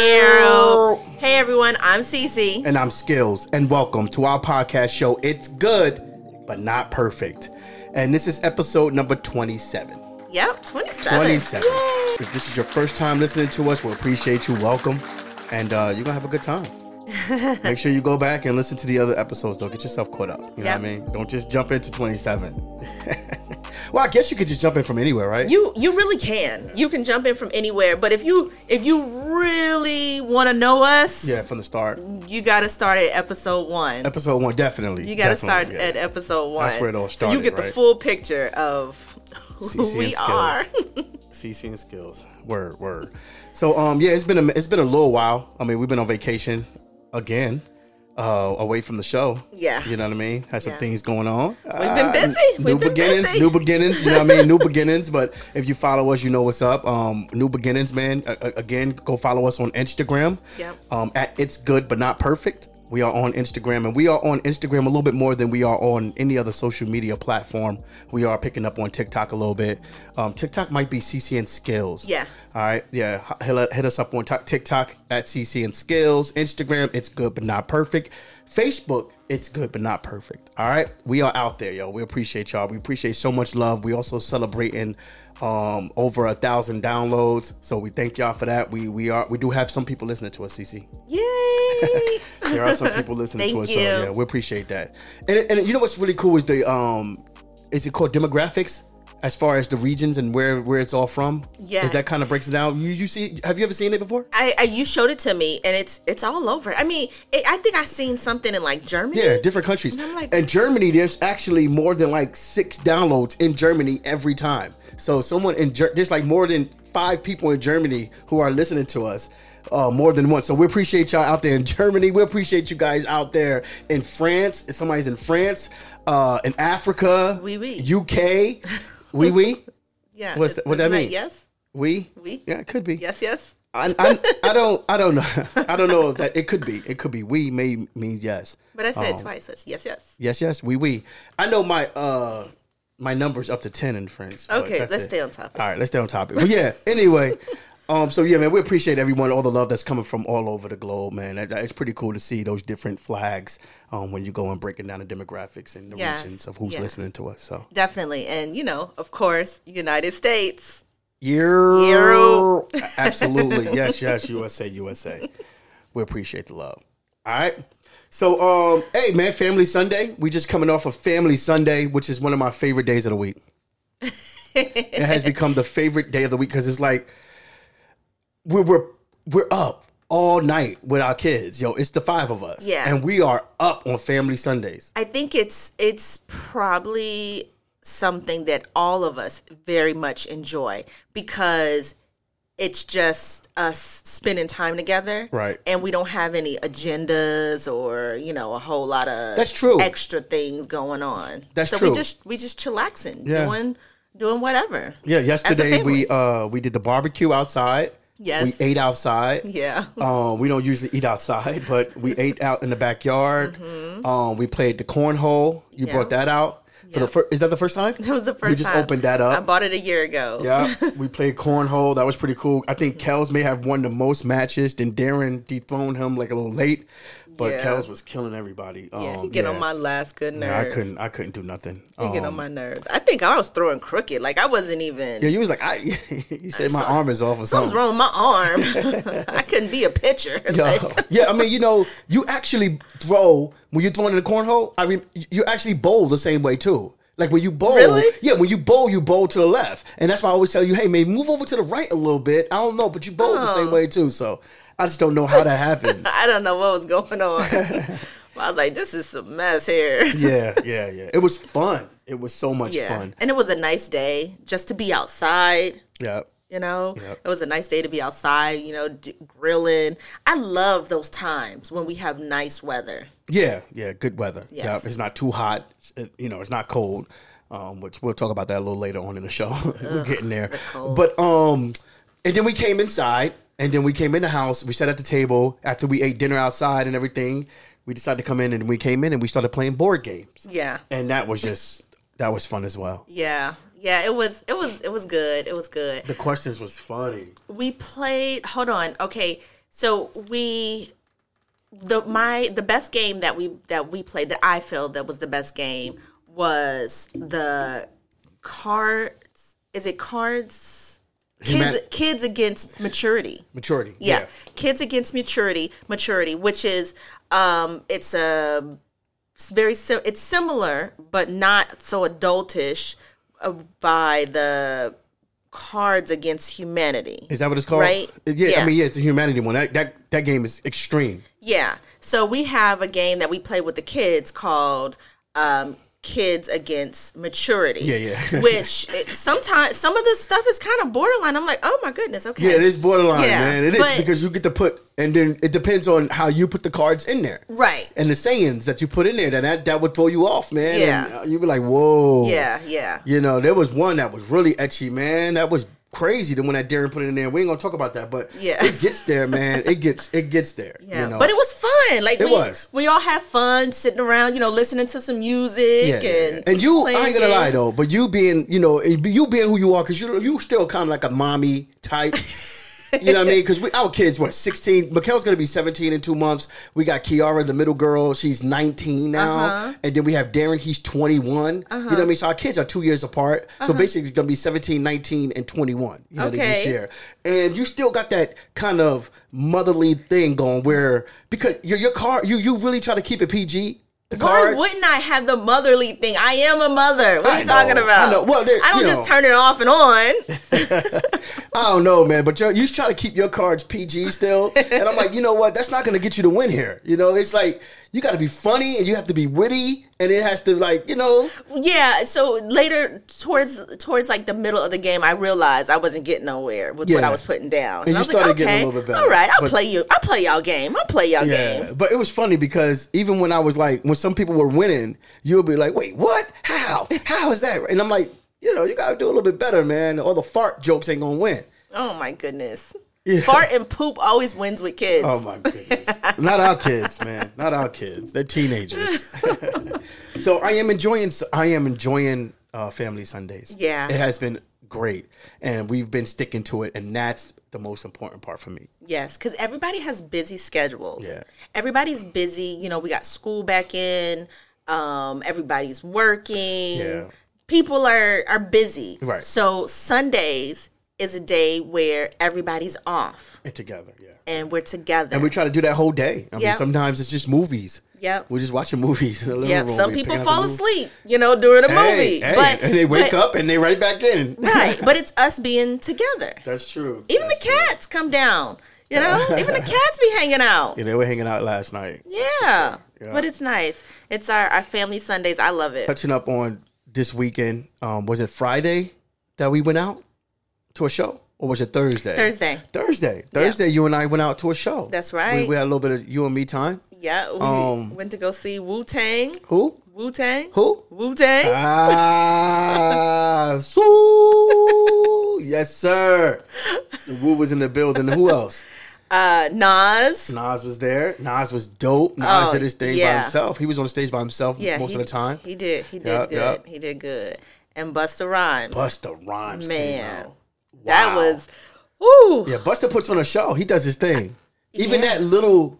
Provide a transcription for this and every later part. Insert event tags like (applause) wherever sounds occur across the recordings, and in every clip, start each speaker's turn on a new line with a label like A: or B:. A: Ew. Hey everyone, I'm Cece.
B: And I'm Skills, and welcome to our podcast show. It's good, but not perfect. And this is episode number 27.
A: Yep, 27.
B: 27.
A: Yay.
B: If this is your first time listening to us, we appreciate you. Welcome. And uh, you're going to have a good
A: (laughs)
B: time. Make sure you go back and listen to the other episodes, though. Get yourself caught up. You know
A: Yep.
B: what I mean? Don't just jump into 27. (laughs) well, I guess you could just jump in from anywhere, right?
A: You you really can. You can jump in from anywhere, but if you if you really want to know us,
B: yeah, from the start.
A: you got to start at episode 1.
B: Episode one, definitely.
A: You got to
B: Definitely,
A: start
B: yeah.
A: at episode 1.
B: That's where it all
A: So you
B: started,
A: get the
B: right?
A: full picture of who
B: CC and
A: we are. (laughs)
B: CC and skills. Word, word. So um, yeah, it's been a, it's been a little while. I mean, we've been on vacation again, uh, away from the show.
A: Yeah.
B: you know what I mean. Had some
A: Yeah.
B: things going on. We've
A: been busy. We've
B: Uh, new
A: been
B: beginnings,
A: busy.
B: new beginnings. You know what I mean? New beginnings. But if you follow us, you know what's up. Um, new beginnings, man. A- a- again, go follow us on Instagram.
A: Yep.
B: Um, at it's good but not perfect. We are on Instagram, and we are on Instagram a little bit more than we are on any other social media platform. We are picking up on TikTok a little bit. Um, TikTok might be CC and Skills.
A: Yeah.
B: All right. Yeah. H- Hit, hit us up on Tik- TikTok at CC and Skills. Instagram, it's good but not perfect. Facebook, it's good but not perfect. All right. We are out there, yo. We appreciate y'all. We appreciate so much love. We also celebrating um over a thousand downloads. So we thank y'all for that. We we are we do have some people listening to us, CC.
A: Yay!
B: There are some people listening to
A: Thank
B: us.
A: you.
B: So yeah, we appreciate that. And, and you know what's really cool is the um, is it called demographics as far as the regions and where where it's all from?
A: Yeah.
B: is that kind of breaks it down? You you see? Have you ever seen it before?
A: I, I you showed it to me and it's it's all over. I mean, it, I think I seen something in like Germany.
B: Yeah, different countries.
A: And I'm like-
B: and Germany, there's actually more than like six downloads in Germany every time. So someone in Ger- there's like more than five people in Germany who are listening to us. Uh, more than once. So we appreciate y'all out there in Germany. We appreciate you guys out there in France. If somebody's in France, uh, in Africa,
A: Oui, oui.
B: UK, we
A: (laughs)
B: we
A: Yeah.
B: What's
A: is-
B: that- what
A: isn't
B: that mean?
A: Yes.
B: we
A: Oui.
B: Yeah, it could be.
A: Yes, yes.
B: I, I, I don't I don't know. (laughs) I don't know if that it could be. It could be. We may mean yes.
A: But I said
B: Oh.
A: it twice. so it's yes, yes.
B: Yes, yes, we we. I know my uh my numbers up to ten in French. but
A: Okay,
B: that's
A: let's
B: it.
A: stay on topic.
B: All right, let's stay on topic. But
A: (laughs)
B: yeah, anyway. Um, so yeah, man, we appreciate everyone, all the love that's coming from all over the globe, man. That- that- It's pretty cool to see those different flags um, when you go and breaking down the demographics and the
A: Yes,
B: regions of who's
A: yeah.
B: listening to us. So
A: Definitely. And, you know, of course, United States.
B: Euro. Absolutely. yes, yes, USA, USA. We appreciate the love. All right. So um, hey man, Family Sunday. We just coming off of Family Sunday, which is one of my favorite days of the week. it has become the favorite day of the week because it's like we're we're we're up all night with our kids. Yo, it's the five of us.
A: Yeah.
B: And we are up on Family Sundays.
A: I think it's it's probably something that all of us very much enjoy because it's just us spending time together.
B: Right.
A: And we don't have any agendas or, you know, a whole lot of
B: That's true.
A: extra things going on.
B: That's
A: so
B: true.
A: we just we just chillaxing,
B: Yeah.
A: doing doing whatever.
B: Yeah, yesterday
A: family.
B: we uh we did the barbecue outside.
A: Yes.
B: We ate outside.
A: Yeah. (laughs)
B: Um, we don't usually eat outside, but we ate out in the backyard. Um, we played the cornhole. You
A: Mm-hmm. Yeah.
B: brought that out for the
A: Yeah.
B: first. Is that the first time?
A: That was the first
B: We just
A: time.
B: opened that
A: I
B: up.
A: bought it a year ago.
B: yeah, we played cornhole. That was pretty cool. I
A: Mm-hmm.
B: think Kels may have won the most matches. Then Darren dethroned him like a little late, but
A: Yeah.
B: Kels was killing everybody. Um,
A: Yeah, he get on
B: yeah.
A: my last good nerve.
B: Yeah, I couldn't. I couldn't do nothing.
A: He get
B: Um,
A: on my nerves. I think I was throwing crooked. Like I wasn't even.
B: yeah, um, you was like, I. (laughs) you said my arm is off or
A: Something's
B: something.
A: wrong with my
B: (laughs)
A: arm. (laughs) I couldn't be a pitcher.
B: Yeah.
A: Like, (laughs)
B: yeah, I mean, you know, you actually throw when you're throwing in the cornhole. I mean, you actually bowl the same way too. Like when you bowl,
A: Really?
B: yeah, when you bowl, you bowl to the left, and that's why I always tell you, hey, man, move over to the right a little bit. I don't know, but you bowl the
A: Oh.
B: same way too. So I just don't know how that
A: (laughs)
B: happens.
A: I don't know what was going
B: (laughs)
A: on. (laughs) I was like, this is a mess here. (laughs)
B: yeah, yeah, yeah. It was fun. It was so much
A: Yeah.
B: fun.
A: And it was a nice day just to be outside.
B: Yeah.
A: You know,
B: Yep.
A: it was a nice day to be outside. You know, d- grilling. I love those times when we have nice weather.
B: Yeah, yeah, good weather.
A: Yes.
B: Yeah, it's not too hot. It- you know, it's not cold. Um, which we'll talk about that a little later on in the show. (laughs) We're getting there. But um, and then we came inside, and then we came in the house. We sat at the table after we ate dinner outside and everything. We decided to come in, and we came in, and we started playing board games.
A: Yeah.
B: And that was just that was fun as well.
A: Yeah. Yeah, it was it was it was good. It was good.
B: The questions was funny.
A: We played hold on. Okay. So we the my the best game that we that we played that I feel that was the best game was the cards is it cards kids
B: Human-
A: kids against maturity
B: Maturity.
A: yeah. kids against maturity maturity which is um it's a it's very si- it's similar but not so adultish uh, by the cards against humanity
B: Is that what it's called?
A: Right?
B: Yeah, I
A: Yeah.
B: mean, yeah, it's a humanity one. That that, that game is extreme.
A: Yeah. So we have a game that we play with the kids called um, Kids Against Maturity.
B: Yeah, yeah. (laughs)
A: which it, sometimes some of this stuff is kind of borderline. I'm like, oh my goodness, okay.
B: Yeah, it is borderline,
A: Yeah,
B: man. It is
A: but-
B: because you get to put, and then it depends on how you put the cards in there,
A: Right.
B: And the sayings that you put in there, then that that would throw you off, man.
A: Yeah.
B: and you'd be like, whoa,
A: Yeah, yeah.
B: You know, there was one that was really etchy, man. That was crazy. The one that Darren put in there. We ain't gonna talk about that, but
A: Yeah.
B: it gets there, man. It gets it gets
A: (laughs)
B: there.
A: Yeah,
B: you know?
A: but it was fun. Like
B: It
A: we,
B: was.
A: we all had fun sitting around, you know, listening to some music
B: Yeah, yeah, yeah.
A: and
B: and you, I
A: playing
B: ain't gonna lie
A: games.
B: though, but you being, you know, you being who you are, because you you still kind of like a mommy type.
A: (laughs)
B: you know what I mean? Because our kids what sixteen. Mikkel's gonna be seventeen in two months. We got Kiara, the middle girl. She's nineteen now,
A: Uh-huh.
B: and then we have Darren. He's twenty You know what I mean? So our kids are two years apart. So basically, it's gonna be 17, 19, and twenty one. You know, this
A: Uh-huh. Okay.
B: year, and you still got that kind of motherly thing going where because your your car you you really try to keep it PG. The
A: Why
B: cards.
A: wouldn't I have the motherly thing? I am a mother. What are
B: I
A: you talking
B: know,
A: about?
B: I know. Well, there-
A: I don't
B: you
A: just
B: know.
A: turn it off and on.
B: I don't know, man, but you're, you try to keep your cards PG still. And I'm like, you know what? That's not going to get you to win here. You know, it's like you got to be funny and you have to be witty and it has to, like, you know,
A: Yeah, so later towards towards like the middle of the game, I realized I wasn't getting nowhere with what
B: Yeah.
A: I was putting down. And,
B: And
A: I
B: you
A: was
B: started
A: like,
B: getting a
A: okay,
B: little bit better,
A: all right, I'll
B: but-
A: play you. I'll play y'all game. I'll play y'all game.
B: But it was funny because even when I was like, when some people were winning, you would be like, wait, what? How? How is that? And I'm like, you know, you got to do a little bit better, man. All the fart jokes ain't going to win.
A: Oh my goodness. Fart and poop always wins with kids.
B: Oh my goodness. Not our kids, man. Not our kids. They're
A: (laughs)
B: teenagers. so I am enjoying I am enjoying uh, family Sundays.
A: Yeah.
B: It has been great and we've been sticking to it and that's the most important part for me.
A: Yes, because everybody has busy schedules.
B: Yeah.
A: Everybody's busy. You know, we got school back in. Um, everybody's working.
B: Yeah.
A: People are are busy.
B: Right.
A: So Sundays is a day where everybody's off
B: And eh, together, yeah.
A: and we're together.
B: And we try to do that whole day. I mean,
A: Yep.
B: sometimes it's just movies.
A: Yep.
B: We're just watching movies (laughs) in the living
A: Yep.
B: room.
A: Some
B: We
A: people
B: picking out the
A: fall
B: movie.
A: asleep, you know, during a
B: Hey,
A: movie.
B: hey, (laughs)
A: but,
B: and they wake
A: but-
B: up and they right back in.
A: (laughs) Right. But it's us being together.
B: That's true.
A: Even
B: That's
A: the cats come down, you know? Even
B: (laughs)
A: the cats be hanging out.
B: true. Yeah, they were hanging out last night.
A: Yeah.
B: Yeah.
A: But it's nice. It's our, our family Sundays. I love it.
B: touching up on this weekend. Um, was it Friday that we went out to a show, or was it Thursday?
A: Thursday.
B: Thursday. Thursday. You and I went out to a show.
A: That's
B: We-
A: right.
B: We, had a little bit of you and me time.
A: Yeah. We
B: Um,
A: went to go see Wu Tang.
B: Who?
A: Wu Tang. (laughs)
B: Who?
A: Wu Tang.
B: Ah, so yes, sir. Wu was in the building. Who else?
A: Uh, Nas.
B: Nas was there. Nas was dope. Nas
A: Oh,
B: did his thing by
A: yeah.
B: himself. He was on stage by himself
A: Yeah.
B: most
A: he-
B: of the time.
A: He did. He did
B: Yup,
A: good.
B: yup.
A: He did good. And Busta Rhymes.
B: Busta Rhymes, came
A: Man.
B: out.
A: That
B: Wow.
A: was. Woo.
B: Yeah, Buster puts on a show. He does his thing. Even
A: Yeah.
B: that little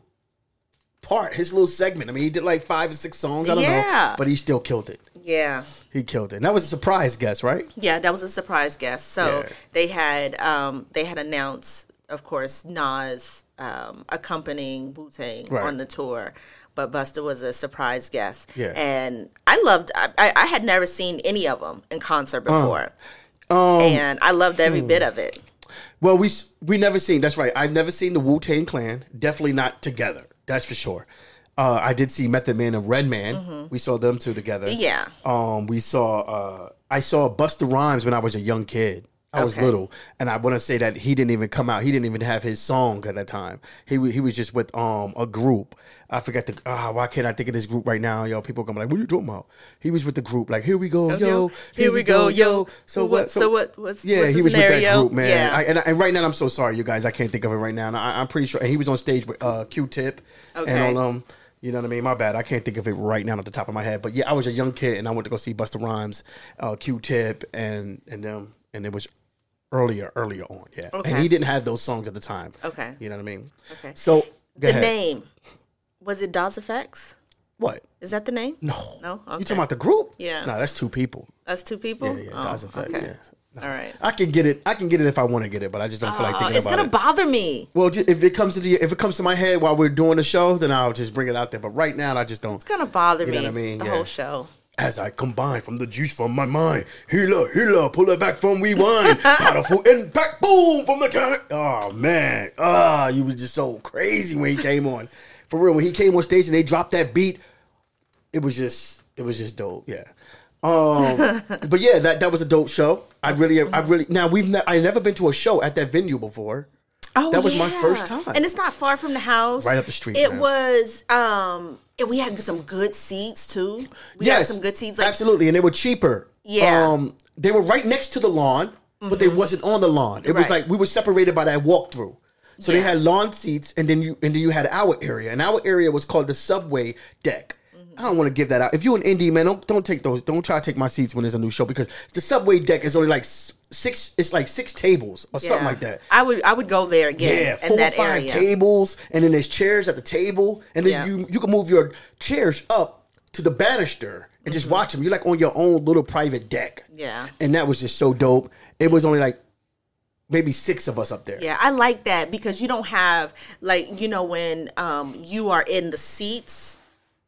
B: part, his little segment. I mean, he did like five or six songs. I don't know,
A: Yeah.
B: but he still killed it.
A: Yeah.
B: He killed it. And that was a surprise guest, right?
A: Yeah, that was a surprise guest. So
B: Yeah.
A: they had um they had announced, of course, Nas um accompanying Wu Tang
B: Right.
A: on the tour. But Buster was a surprise guest,
B: Yeah.
A: and I loved. I, I I had never seen any of them in concert before,
B: Uh, Um,
A: and I loved every bit of it.
B: well, we s- we never seen. That's right. I've never seen the Wu Tang Clan. Definitely not together. That's for sure. Uh, I did see Method Man and Red Man. We saw them two together.
A: Mm-hmm. Yeah.
B: Um, we saw. Uh, I saw Buster Rhymes when I was a young kid. I was
A: Okay.
B: little, and I want to say that he didn't even come out. He didn't even have his songs at that time. He wa- he was just with um a group. I forgot the. Ah, why can't I think of this group right now? Yo, people gonna be like, "What are you talking about?" He was with the group. Like, here we go, yo,
A: Oh, yo, here we go, yo.
B: So what?
A: So what- what's-
B: yeah,
A: what's
B: he
A: the
B: was with that
A: scenario?
B: group, man.
A: Yeah.
B: I, and, I, and right now, I'm so sorry, you guys. I can't think of it right now. And I, I'm pretty sure and he was on stage with uh, Q-Tip and
A: Okay.
B: all um, you know what I mean? My bad. I can't think of it right now at the top of my head. But yeah, I was a young kid and I went to go see Busta Rhymes, uh, Q Tip, and and them, and it was earlier, earlier on. Yeah. And
A: Okay.
B: he didn't have those songs at the time.
A: Okay.
B: You know what I mean?
A: Okay.
B: So go
A: The
B: ahead.
A: name was it Dawes Effects?
B: What?
A: Is that the name?
B: No.
A: No?
B: You
A: Okay.
B: talking about the group?
A: Yeah.
B: No, that's two people.
A: Us two people.
B: Yeah,
A: Oh,
B: Dawes Effects,
A: okay.
B: yeah.
A: All right.
B: I can get it. I can get it if I want to get it, but I just don't feel like
A: Oh,
B: thinking
A: it's
B: about
A: gonna
B: it.
A: bother me.
B: Well, ju- if it comes to the, if it comes to my head while we're doing the show, then I'll just bring it out there. But right now, I just don't.
A: It's gonna bother
B: You know
A: me.
B: what I mean?
A: The
B: Yeah.
A: whole show.
B: As I combine from the juice from my mind, healer, healer, pull it back from rewind, powerful impact, boom from the counter. Oh man, ah, you was just so crazy when he came on. For real, when he came on stage and they dropped that beat, it was just, it was just dope. Yeah. Um, but yeah, that that was a dope show. I really, I really. Now we've, ne- I never been to a show at that venue before.
A: Oh,
B: That was my
A: yeah.
B: first time.
A: and it's not far from the house.
B: Right up the street,
A: It
B: man.
A: was. um and we had some good seats too. We had some good seats. Like
B: absolutely, and they were cheaper.
A: Yeah. Mm-hmm.
B: um, they were right next to the lawn, but they wasn't on the lawn. It was
A: Right.
B: like we were separated by that walkthrough. So they
A: Yeah.
B: had lawn seats, and then you and then you had our area, and our area was called the subway deck.
A: Mm-hmm.
B: I don't want to give that out. If you're an indie man, don't don't take those. Don't try to take my seats when there's a new show because the subway deck is only like s- six. It's like six tables or something
A: yeah.
B: like that.
A: I would I would go there again
B: Yeah,
A: in
B: four or
A: that
B: five
A: area.
B: tables, and then there's chairs at the table, and then
A: Yeah.
B: you you can move your chairs up to the banister and just watch them. You're like on your own little private deck.
A: Mm-hmm. Yeah.
B: and that was just so dope. It was only like maybe six of us up there.
A: Yeah, I like that because you don't have like you know when um you are in the seats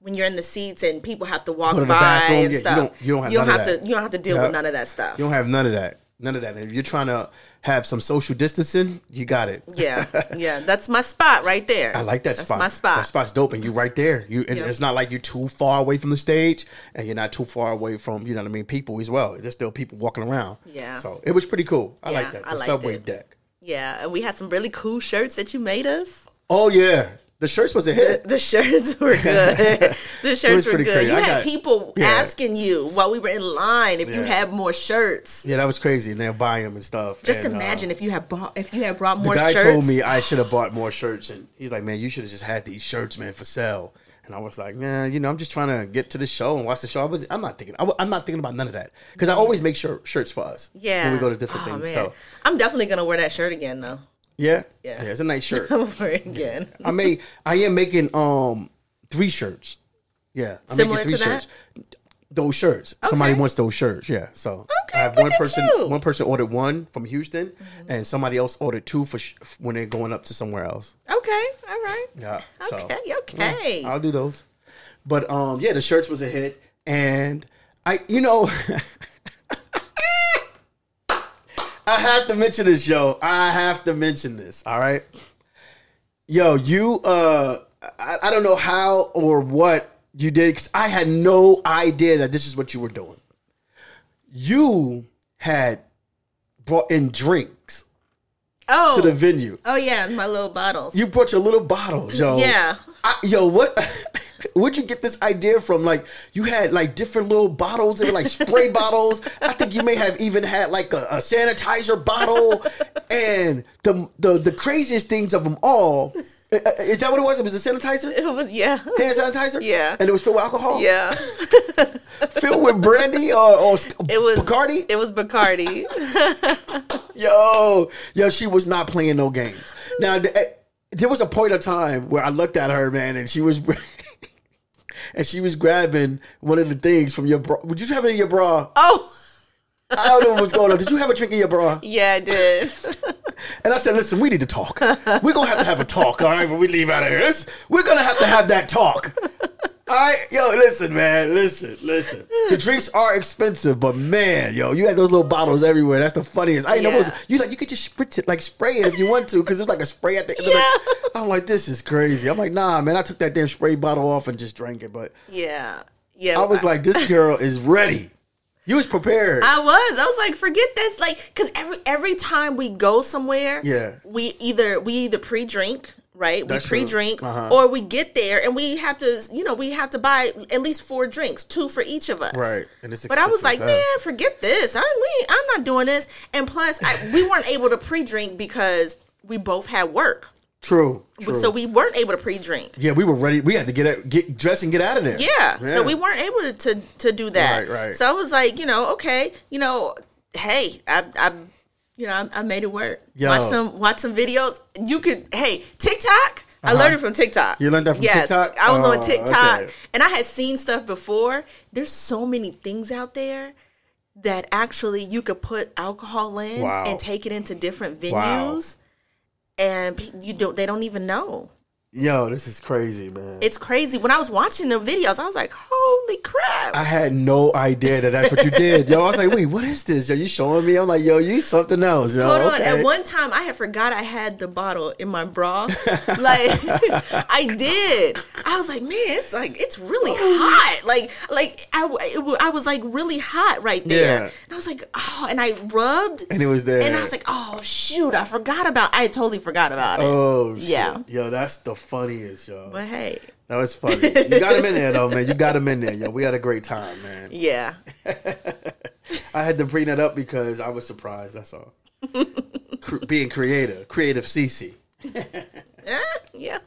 A: when you're in the seats and people have to walk
B: Go to
A: by
B: the bathroom,
A: and
B: yeah, you
A: stuff.
B: don't- you don't have none of that.
A: to you don't have to deal
B: Yeah.
A: with none of that stuff.
B: You don't have none of that. None of that. And if you're trying to have some social distancing, you got it. (laughs)
A: yeah, yeah, that's my spot right there.
B: I like that spot.
A: That's my spot.
B: That spot's dope, and you right there. You and
A: Yeah.
B: it's not like you're too far away from the stage, and you're not too far away from you know what I mean people as well. There's still people walking around.
A: Yeah.
B: So it was pretty cool. I
A: Yeah,
B: like that.
A: I
B: The
A: liked
B: subway
A: it.
B: deck.
A: Yeah, and we had some really cool shirts that you made us.
B: Oh yeah, the shirts was a hit.
A: The shirts
B: (laughs)
A: were good. the shirts were
B: pretty
A: good.
B: crazy.
A: You
B: I
A: had
B: got-
A: people
B: yeah.
A: asking you while we were in line if you
B: Yeah.
A: had more shirts.
B: Yeah, that was crazy. And they'll buy them and stuff.
A: Just
B: And, uh,
A: imagine if you had bought if you had brought
B: the
A: more
B: guy
A: shirts.
B: told me I should have bought more shirts, and he's like, "Man, you should have just had these shirts, man, for sale." And I was like, "Nah, you know, I'm just trying to get to the show and watch the show. I was, I'm not thinking, I, am not thinking about none of that because I always make sure shirts for us.
A: Yeah.
B: when we go to different
A: Oh,
B: things.
A: man.
B: So
A: I'm definitely gonna wear that shirt again though. (laughs)
B: yeah,
A: Yeah.
B: it's a
A: (laughs)
B: nice shirt.
A: I'm gonna wear it again.
B: I made, I am making um three shirts. Yeah, I'm
A: Similar
B: making three
A: to that?
B: shirts. Those shirts. Somebody
A: Okay.
B: wants those shirts. Yeah. So
A: Okay,
B: I have
A: look
B: one
A: at
B: person.
A: you. Mm-hmm.
B: One person ordered one from Houston, and somebody else ordered two for sh- when they're going up to somewhere else.
A: Okay, all right.
B: Yeah. so,
A: Okay,
B: yeah, Uh,
A: okay.
B: I'll do those. But um, yeah, the shirts was a hit, and I, you know, (laughs) I have to mention this, yo. I have to mention this. All right, yo, you, uh, I, I don't know how or what you did because I had no idea that this is what you were doing. You had brought in drinks
A: Oh,
B: to the venue.
A: oh yeah, my little bottles.
B: You brought your little bottles, yo.
A: Yeah.
B: I, yo, what? (laughs) Where'd you get this idea from? Like, you had like different little bottles. They were like
A: (laughs)
B: spray bottles. I think you may have even had like a, a sanitizer bottle. And the the the craziest things of them all uh, uh, is that what it was? It was a sanitizer,
A: (laughs) it was yeah, (laughs)
B: hand sanitizer.
A: Yeah.
B: and it was filled with alcohol.
A: yeah.
B: filled with brandy or, or
A: It was
B: Bacardi.
A: It was Bacardi. (laughs)
B: Yo, yo, she was not playing no games. Now, th- eh, there was a point of time where I looked at her, man, and she was, (laughs) and she was grabbing one of the things from your bra. Would you have it in your bra?
A: oh
B: I don't know what's going on. Did you have a drink in your bra?
A: yeah, I did. (laughs)
B: And I said, listen, we need to talk. We're gonna have to have a talk, all right? When we leave out of here, This- we're gonna have to have that talk. All right, yo, listen, man, listen, listen. The drinks are expensive, but man, yo, you had those little bottles everywhere. That's the funniest. I didn't know what
A: Yeah.
B: was, you like you could just spritz it, like spray it if you want to, because it's like a spray at the end. Of the, I'm like, this is crazy. I'm like, nah, man, I took that damn spray bottle off and just drank it. But
A: Yeah, yeah.
B: I was like, this girl is ready. You was prepared.
A: I was. I was like, forget this. Like, cause every every time we go somewhere,
B: Yeah.
A: we either we either pre drink, right?
B: That's
A: we
B: true.
A: pre drink,
B: Uh-huh.
A: or we get there and we have to, you know, we have to buy at least four drinks, two for each of us,
B: Right. And it's
A: but I was like,
B: expensive as hell.
A: man, forget this. I we, I'm not doing this. And plus, I, we weren't able to pre drink because we both had work,
B: true. True.
A: so we weren't able to pre drink.
B: yeah, we were ready. We had to get out, get dressed and get out of there.
A: Yeah. So we weren't able to to do that.
B: Right, right.
A: So I was like, you know, okay, you know, hey, I I You know, I, I made it work.
B: Yo.
A: Watch some watch some videos. You could hey TikTok. I learned it from TikTok.
B: Uh-huh. You learned that from
A: Yes,
B: TikTok?
A: I was
B: Oh,
A: on TikTok,
B: okay.
A: and I had seen stuff before. There's so many things out there that actually you could put alcohol in
B: Wow.
A: and take it into different
B: Wow.
A: venues, and pe- you don't. They don't even know.
B: Yo, this is crazy, man.
A: It's crazy. When I was watching the videos, I was like, "Holy crap!"
B: I had no idea that that's what you did. Yo, I was like, wait, what is this? Yo, you showing me? I'm like, yo, you something else. Yo,
A: Hold
B: okay.
A: on. At one time, I had forgot I had the bottle in my bra. Like, (laughs) I did. I was like, man, it's like it's really
B: Oh.
A: hot. Like, like I, w- it w- I was like really hot right there.
B: Yeah.
A: And I was like, oh, and I rubbed,
B: and it was there.
A: and I was like, oh shoot, I forgot about. I totally forgot about it.
B: oh, shit.
A: Yeah.
B: Yo, that's the funniest, yo.
A: But hey,
B: That was funny. You got him in there, though, man. You got him in there, yo. We had a great time, man.
A: yeah, (laughs)
B: I had to bring that up because I was surprised. That's
A: (laughs)
B: all. Cr- being creative, creative CC.
A: Eh, yeah.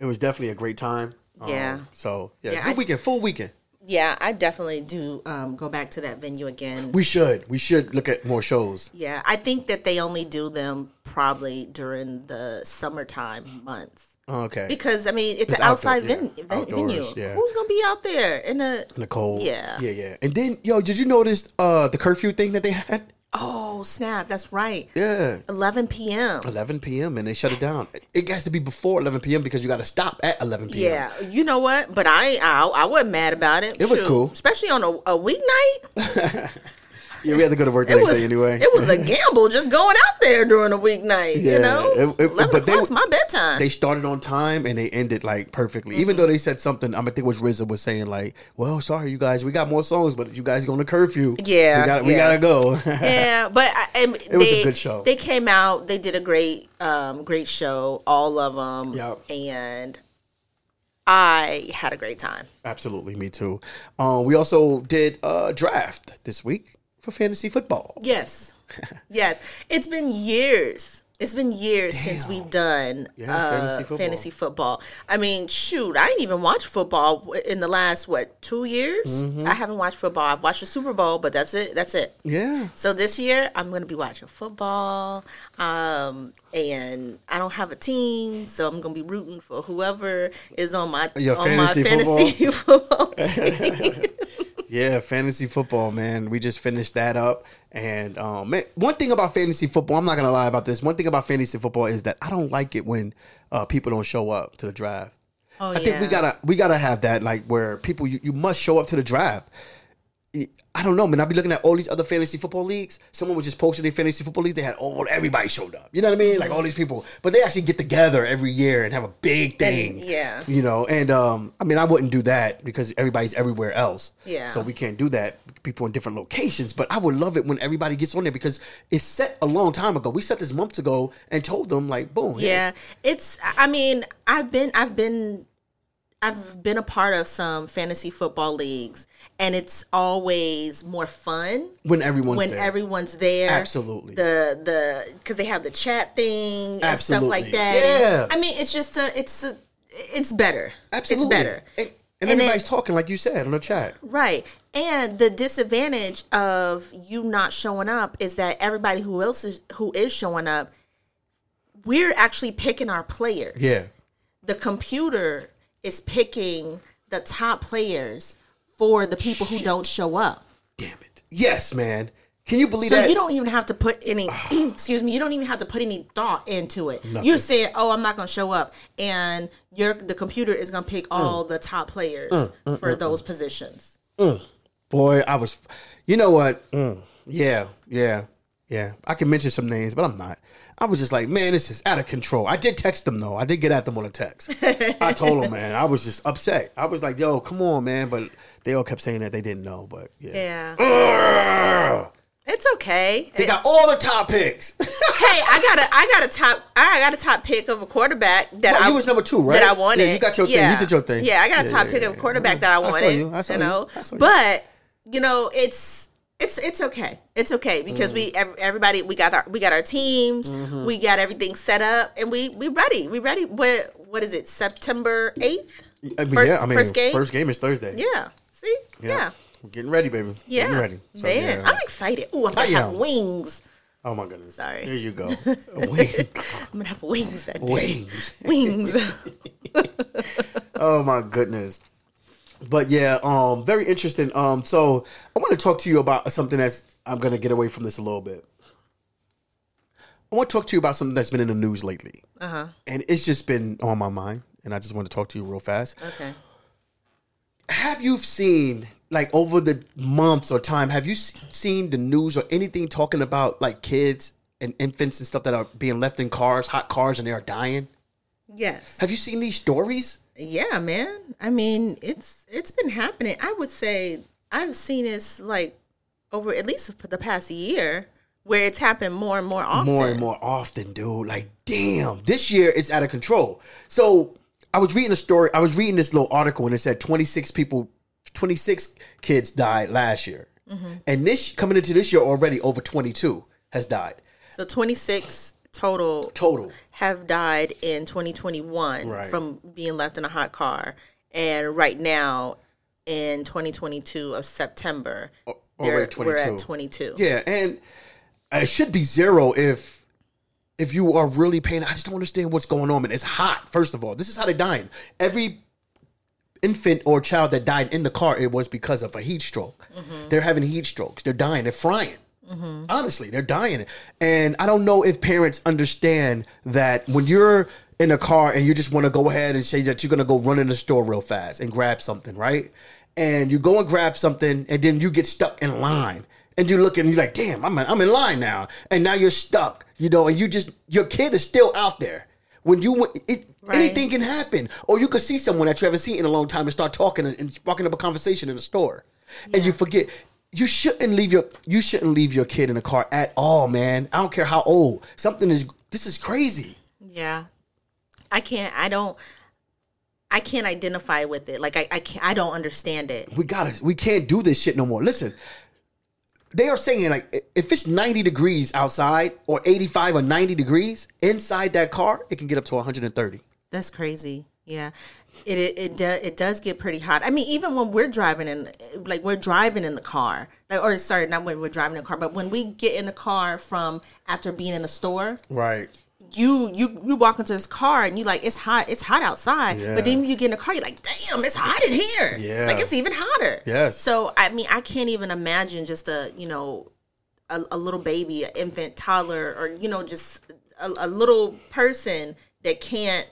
B: It was definitely a great time. Um,
A: Yeah.
B: So yeah,
A: Yeah,
B: good
A: I-
B: weekend, full weekend.
A: Yeah, I definitely do um, go back to that venue again.
B: We should, we should look at more shows.
A: Yeah, I think that they only do them probably during the summertime months.
B: Okay.
A: Because I mean, it's,
B: It's
A: an outside
B: outdoor-
A: ven-
B: yeah,
A: ven-
B: outdoors,
A: venue.
B: yeah.
A: Who's gonna be out there in a?
B: Nicole.
A: Yeah.
B: Yeah, yeah. And then, yo, did you notice uh the curfew thing that they had?
A: Oh snap! That's right.
B: Yeah.
A: 11 p.m.
B: 11 p.m. and they shut it down. It has to be before 11 p.m. because you got to stop at 11 p.m.
A: Yeah, you know what? But I, I, I wasn't mad about it.
B: It was
A: Shoot.
B: cool.
A: especially on a, a weeknight.
B: Yeah, we had to go to work the
A: It
B: next
A: was
B: day anyway.
A: It was a gamble just going out there during a weeknight.
B: Yeah,
A: you know,
B: it- it-
A: eleven
B: but they
A: o'clock's
B: were-
A: my bedtime.
B: they started on time and they ended like perfectly. Even
A: Mm-hmm.
B: though they said something, I, mean, I think it was RZA was saying like, "Well, sorry, you guys, we got more songs, but you guys going to curfew.
A: Yeah,
B: we got we
A: yeah.
B: gotta
A: (laughs)
B: go." (laughs)
A: yeah, but I, and it
B: was a good show.
A: They came out. They did a great, um, great show. All of them.
B: Yep.
A: And I had a great time.
B: Absolutely, me too. Um, we also did a draft this week for fantasy football. (laughs)
A: Yes, yes. It's been years. It's been years since we've done
B: Yeah,
A: uh,
B: fantasy
A: fantasy,
B: football.
A: football. I mean, shoot, I didn't even watch football w- in the last what two years.
B: Mm-hmm.
A: I haven't watched football. I've watched the Super Bowl, but that's it. That's it.
B: Yeah,
A: So this year, I'm going to be watching football, um, and I don't have a team, so I'm going to be rooting for whoever is on my
B: Your
A: on my
B: fantasy
A: fantasy (laughs)
B: (laughs)
A: football. team.
B: yeah, fantasy football, man. We just finished that up, and um, man, one thing about fantasy football, I'm not gonna lie about this. One thing about fantasy football is that I don't like it when uh, people don't show up to the draft.
A: Oh,
B: I think we
A: yeah.
B: gotta we gotta have that like where people you, you must show up to the draft. I don't know, man. I'd be looking at all these other fantasy football leagues. Someone was just posting their fantasy football leagues. They had all everybody showed up. You know what I mean? Like all these people, but they actually get together every year and have a big thing.
A: yeah.
B: you know. And um, I mean, I wouldn't do that because everybody's everywhere else.
A: Yeah.
B: So we can't do that. People in different locations, but I would love it when everybody gets on there because it's set a long time ago. We set this months ago and told them like, boom. here.
A: yeah, it's. I mean, I've been, I've been, I've been a part of some fantasy football leagues, and it's always more fun
B: When everyone's
A: when
B: there.
A: everyone's there.
B: Absolutely.
A: The the because they have the chat thing and stuff
B: Absolutely.
A: like that. And,
B: Yeah.
A: I mean, it's just a, it's a, it's better.
B: Absolutely.
A: It's better.
B: And, and
A: And
B: everybody's
A: it-
B: talking like you said on the chat.
A: Right. And the disadvantage of you not showing up is that everybody who else is who is showing up, we're actually picking our players.
B: Yeah.
A: The computer is picking the top players for the people who don't show up.
B: Damn it. Yes, man. Can you believe
A: So
B: that?
A: you don't even have to put any (clears throat) excuse me, you don't even have to put any thought into it. You're saying, "Oh, I'm not going to show up." And your the computer is going to pick all the top players for those positions.
B: Boy, I was. You know what? Mm, yeah, yeah, yeah. I can mention some names, but I'm not. I was just like, man, this is out of control. I did text them though. I did get at them on a text. I told them, man, I was just upset. I was like, yo, come on, man. But they all kept saying that they didn't know. But yeah,
A: Yeah. It's okay.
B: they got all the top picks.
A: (laughs) hey, I got a I got a top I got a top pick of a quarterback that
B: Well,
A: I
B: you was number two, right?
A: That I wanted.
B: Yeah, you got your thing.
A: Yeah.
B: You did your thing.
A: Yeah, I got a
B: Yeah,
A: top
B: yeah,
A: pick
B: yeah,
A: of a
B: yeah.
A: quarterback that I
B: I saw
A: wanted.
B: you. I saw you.
A: know,
B: I saw you.
A: but you know, it's it's it's okay. It's okay because we
B: Mm.
A: ev- everybody we got our we got our teams,
B: Mm-hmm.
A: we got everything set up, and we we ready. We ready. What what is it? September eighth.
B: I mean,
A: First-
B: yeah, I mean,
A: first game?
B: First game is Thursday.
A: Yeah. See. Yeah.
B: We're getting ready, baby.
A: Yeah.
B: Getting ready. So,
A: Man,
B: yeah.
A: I'm excited. Ooh, I'm
B: I
A: gonna have
B: am.
A: wings.
B: Oh my goodness.
A: Sorry.
B: There you
A: (laughs)
B: go. Wing-
A: I'm gonna have wings that day.
B: Wings.
A: Wings.
B: (laughs) Oh my goodness. But yeah, um, very interesting. Um, so I want to talk to you about something that's I'm gonna get away from this a little bit. I want to talk to you about something that's been in the news lately, uh-huh. and it's just been on my mind, and I just want to talk to you real fast.
A: okay.
B: Have you seen like over the months or time? Have you s- seen the news or anything talking about like kids and infants and stuff that are being left in cars, hot cars, and they are dying?
A: Yes.
B: Have you seen these stories?
A: Yeah, man. I mean, it's it's been happening. I would say I've seen this like over at least for the past year where it's happened more and more often.
B: more and more often, dude. Like, damn, this year it's out of control. So I was reading a story. I was reading this little article, and it said 26 people, 26 kids died last year, and this coming into this year already over 22 has died
A: So 26 total
B: total.
A: have died in 2021
B: Right.
A: from being left in a hot car. And right now in 2022 of September,
B: already
A: they're- oh, we're at 22.
B: 22. Yeah, and it should be zero if if you are really paying. I just don't understand what's going on, man. It's hot. First of all, this is how they're dying. Every infant or child that died in the car, it was because of a heat stroke. They're having heat strokes. They're dying. They're frying. Mm-hmm. Honestly, they're dying. And I don't know if parents understand that when you're in a car and you just want to go ahead and say that you're going to go run in the store real fast and grab something, right? And you go and grab something and then you get stuck in line. And you look and you're like, damn, I'm in, I'm in line now. And now you're stuck, you know, and you just, your kid is still out there. When you, went- it,
A: Right.
B: anything can happen. Or you could see someone that you haven't seen in a long time and start talking and, and sparking up a conversation in the store, and you forget. You shouldn't leave your you shouldn't leave your kid in the car at all, man. I don't care how old. Something is this is crazy.
A: Yeah. I can't, I don't, I can't identify with it. Like, I, I can't, I don't understand it.
B: We gotta we can't do this shit no more. Listen, they are saying like i- if it's ninety degrees outside or eighty five or ninety degrees inside that car, it can get up to one hundred and thirty.
A: That's crazy. Yeah, it it it, do, it does get pretty hot. I mean, even when we're driving in, like we're driving in the car, like, or sorry, not when we're driving in the car, but when we get in the car from after being in the store,
B: Right.
A: you you you walk into this car and you like it's hot, it's hot outside.
B: Yeah.
A: But then you get in the car, you're like, damn, it's hot in here.
B: Yeah.
A: like it's even hotter.
B: Yes.
A: So I mean, I can't even imagine just a you know a, a little baby, an infant, toddler, or you know, just a, a little person that can't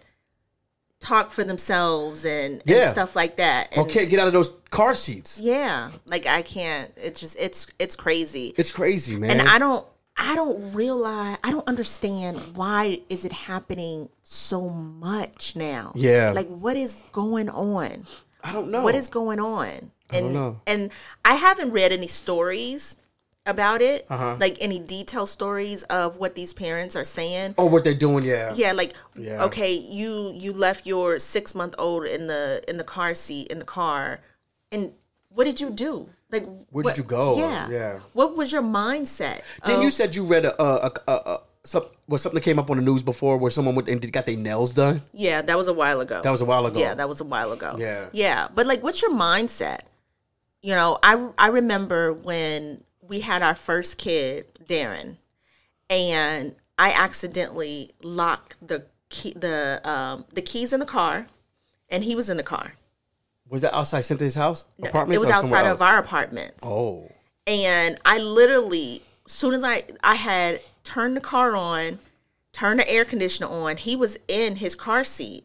A: talk for themselves and, and
B: Yeah.
A: stuff like that. And
B: Okay, get out of those car seats.
A: Yeah, like I can't. It's just it's it's crazy,
B: It's crazy, man.
A: and I don't I don't realize I don't understand why is it happening so much now.
B: Yeah.
A: like what is going on?
B: I don't know.
A: what is going on and
B: don't know.
A: and i haven't read any stories about it
B: Uh-huh.
A: like any detailed stories of what these parents are saying
B: or what they're doing? Yeah.
A: yeah like
B: Yeah.
A: okay you you left your six month old in the in the car seat in the car and what did you do like where
B: did you go?
A: yeah
B: Yeah.
A: what was your mindset
B: Then you said you read a a, a, a, a some, was something that came up on the news before where someone went and did- got their nails done.
A: Yeah, that was a while ago.
B: That was a while ago.
A: Yeah, that was a while ago.
B: Yeah.
A: Yeah, but like what's your mindset? You know, I I remember when we had our first kid, Darren, and I accidentally locked the key, the um the keys in the car and he was in the car.
B: Was that outside Cynthia's house apartment?
A: It was
B: or somewhere
A: outside
B: else?
A: of our apartments
B: Oh,
A: and I literally, soon as I I had turned the car on, turned the air conditioner on, he was in his car seat,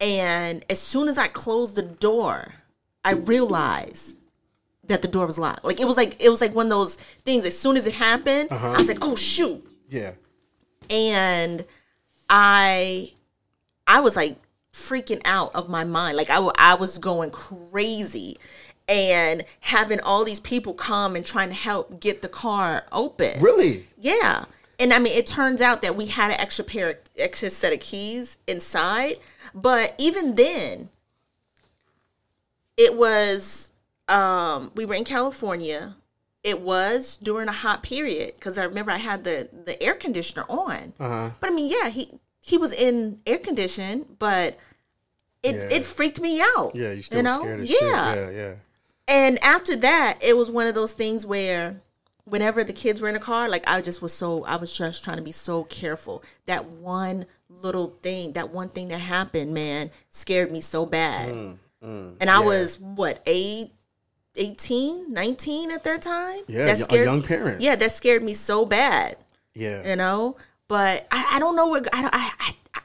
A: and as soon as I closed the door, I realized that the door was locked. Like it was like it was like one of those things. As soon as it happened, I was like, oh shoot,
B: yeah.
A: and I I was like freaking out of my mind. Like I, wa- I was going crazy and having all these people come and trying to help get the car open.
B: Really?
A: Yeah. And I mean, it turns out that we had an extra pair, of, extra set of keys inside. But even then, it was, um, we were in California. It was during a hot period because I remember I had the, the air conditioner on. But I mean, yeah, he, he was in air condition, but it,
B: Yeah.
A: it freaked me out. And after that, it was one of those things where whenever the kids were in a car, like I just was so I was just trying to be so careful. That one little thing, that one thing that happened, man, scared me so bad. and I
B: Mm, yeah.
A: was what, eight, 18, 19 at that time?
B: Yeah,
A: that
B: y- a young parent.
A: Yeah, that scared me so bad,
B: Yeah.
A: you know? But I, I don't know what I don't I, I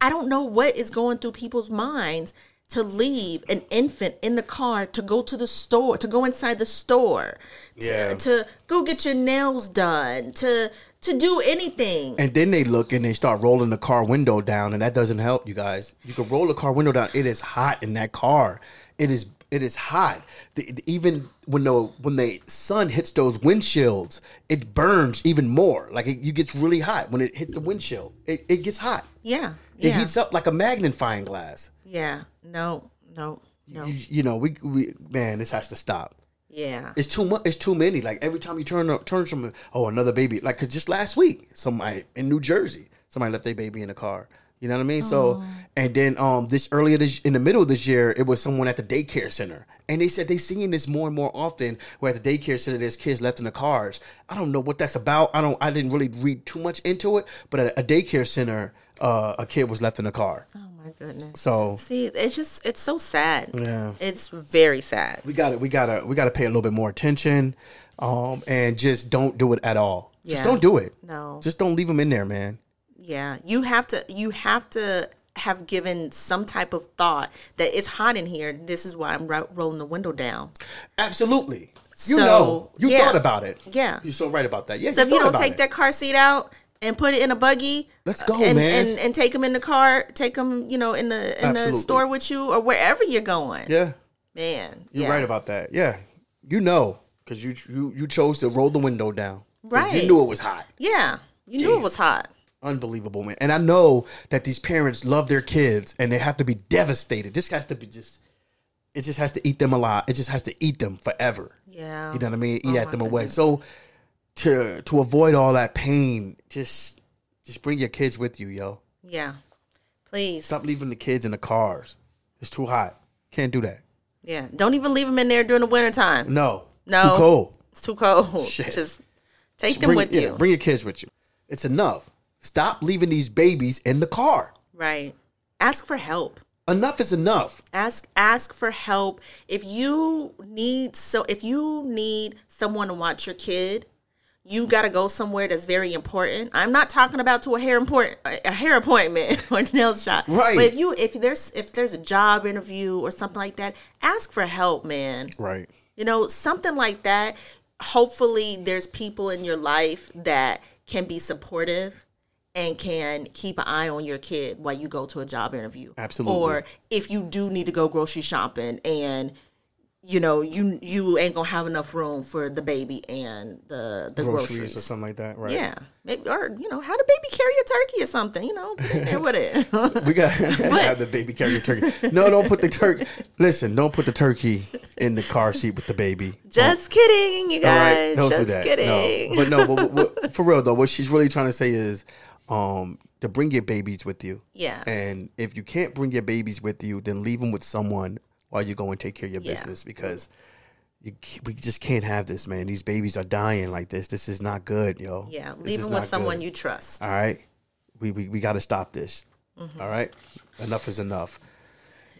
A: I don't know what is going through people's minds to leave an infant in the car to go to the store, to go inside the store, to,
B: Yeah.
A: to go get your nails done, to to do anything.
B: and then they look and they start rolling the car window down, and that doesn't help you guys. You can roll the car window down. It is hot in that car. It is it is hot. The, the- even when the when the sun hits those windshields, it burns even more. Like it, you gets really hot when it hits the windshield. It, it gets hot.
A: yeah.
B: It
A: Yeah.
B: heats up like a magnifying glass.
A: yeah. No. No. No.
B: You, you know, we, we man, this has to stop.
A: Yeah.
B: It's too much. It's too many. Like every time you turn up, turn some. Oh, another baby. Like 'cause just last week, somebody in New Jersey, somebody left their baby in the car. You know what I mean? So, and then um, this earlier this in the middle of this year, it was someone at the daycare center, and they said they seeing this more and more often. Where at the daycare center, there's kids left in the cars. I don't know what that's about. I don't. I didn't really read too much into it. But at a daycare center, uh, a kid was left in the car.
A: Oh my goodness.
B: So
A: See, it's just it's so sad.
B: Yeah.
A: It's very sad.
B: we got to we got to we got to pay a little bit more attention um and just don't do it at all just
A: Yeah.
B: don't do it
A: No.
B: just don't leave them in there man
A: Yeah, you have to you have to have given some type of thought that it's hot in here. This is why I'm ro- rolling the window down.
B: absolutely you
A: So,
B: know you
A: yeah.
B: thought about it
A: Yeah.
B: you're so right about that yeah
A: So if you
B: thought
A: don't
B: about
A: take
B: it.
A: that car seat out and put it in a buggy, uh,
B: Let's go,
A: and,
B: man.
A: and and take them in the car, take them, you know, in the in the
B: Absolutely.
A: store with you or wherever you're going.
B: yeah
A: Man,
B: you're
A: yeah.
B: right about that yeah you know because you, you you chose to roll the window down So
A: Right.
B: you knew it was hot
A: Yeah, you knew it was hot.
B: unbelievable man and i know that these parents love their kids and they have to be devastated this has to be just it just has to eat them alive it just has to eat them forever
A: Yeah,
B: You know what I mean? Eat
A: Oh, my
B: at them away.
A: goodness.
B: So to to avoid all that pain, just just bring your kids with you, yo.
A: yeah. Please,
B: Stop leaving the kids in the cars. It's too hot. Can't do that.
A: yeah. Don't even leave them in there during the wintertime.
B: No. It's
A: No.
B: Too cold.
A: It's too cold.
B: Shit.
A: Just take them
B: Bring,
A: with
B: yeah,
A: you.
B: bring your kids with you. It's enough. Stop leaving these babies in the car.
A: Right. Ask for help.
B: Enough is enough.
A: Ask ask for help. If you need so if you need someone to watch your kid, you got to go somewhere that's very important. I'm not talking about to a hair important a hair appointment (laughs) or nail shop.
B: Right.
A: But if you if there's if there's a job interview or something like that, ask for help, man.
B: Right.
A: You know, something like that. Hopefully, there's people in your life that can be supportive and can keep an eye on your kid while you go to a job interview.
B: Absolutely.
A: Or if you do need to go grocery shopping and you know you you ain't gonna have enough room for the baby and the the
B: Groceries,
A: groceries.
B: or something like that. Right.
A: Yeah, maybe or you know how the baby carry a turkey or something. You know, get in there with
B: (laughs)
A: it. (laughs)
B: We got have the baby carry the turkey. No, don't put the turkey. Listen, don't put the turkey in the car seat with the baby.
A: Just kidding, you
B: All right,
A: guys.
B: don't
A: Just
B: do that.
A: kidding.
B: No. But no, but, but-
A: (laughs)
B: but for real though, what she's really trying to say is um, to bring your babies with you.
A: Yeah.
B: And if you can't bring your babies with you, then leave them with someone while you go and take care of your
A: Yeah.
B: business because you, c- we just can't have this, man. These babies are dying like this. This is not good, yo.
A: Yeah,
B: This
A: leave
B: is
A: them with
B: not
A: someone
B: good.
A: you trust.
B: All right, we we, we got to stop this.
A: Mm-hmm.
B: All right, enough is enough.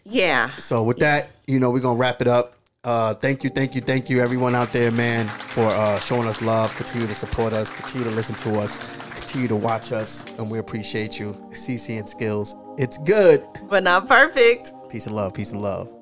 A: Yeah.
B: So with that, you know, we're gonna wrap it up. Uh, thank you, thank you, thank you, everyone out there, man, for uh, showing us love. Continue to support us. Continue to listen to us. Continue to watch us, and we appreciate you. CC and skills. It's good.
A: but not perfect.
B: Peace and love. Peace and love.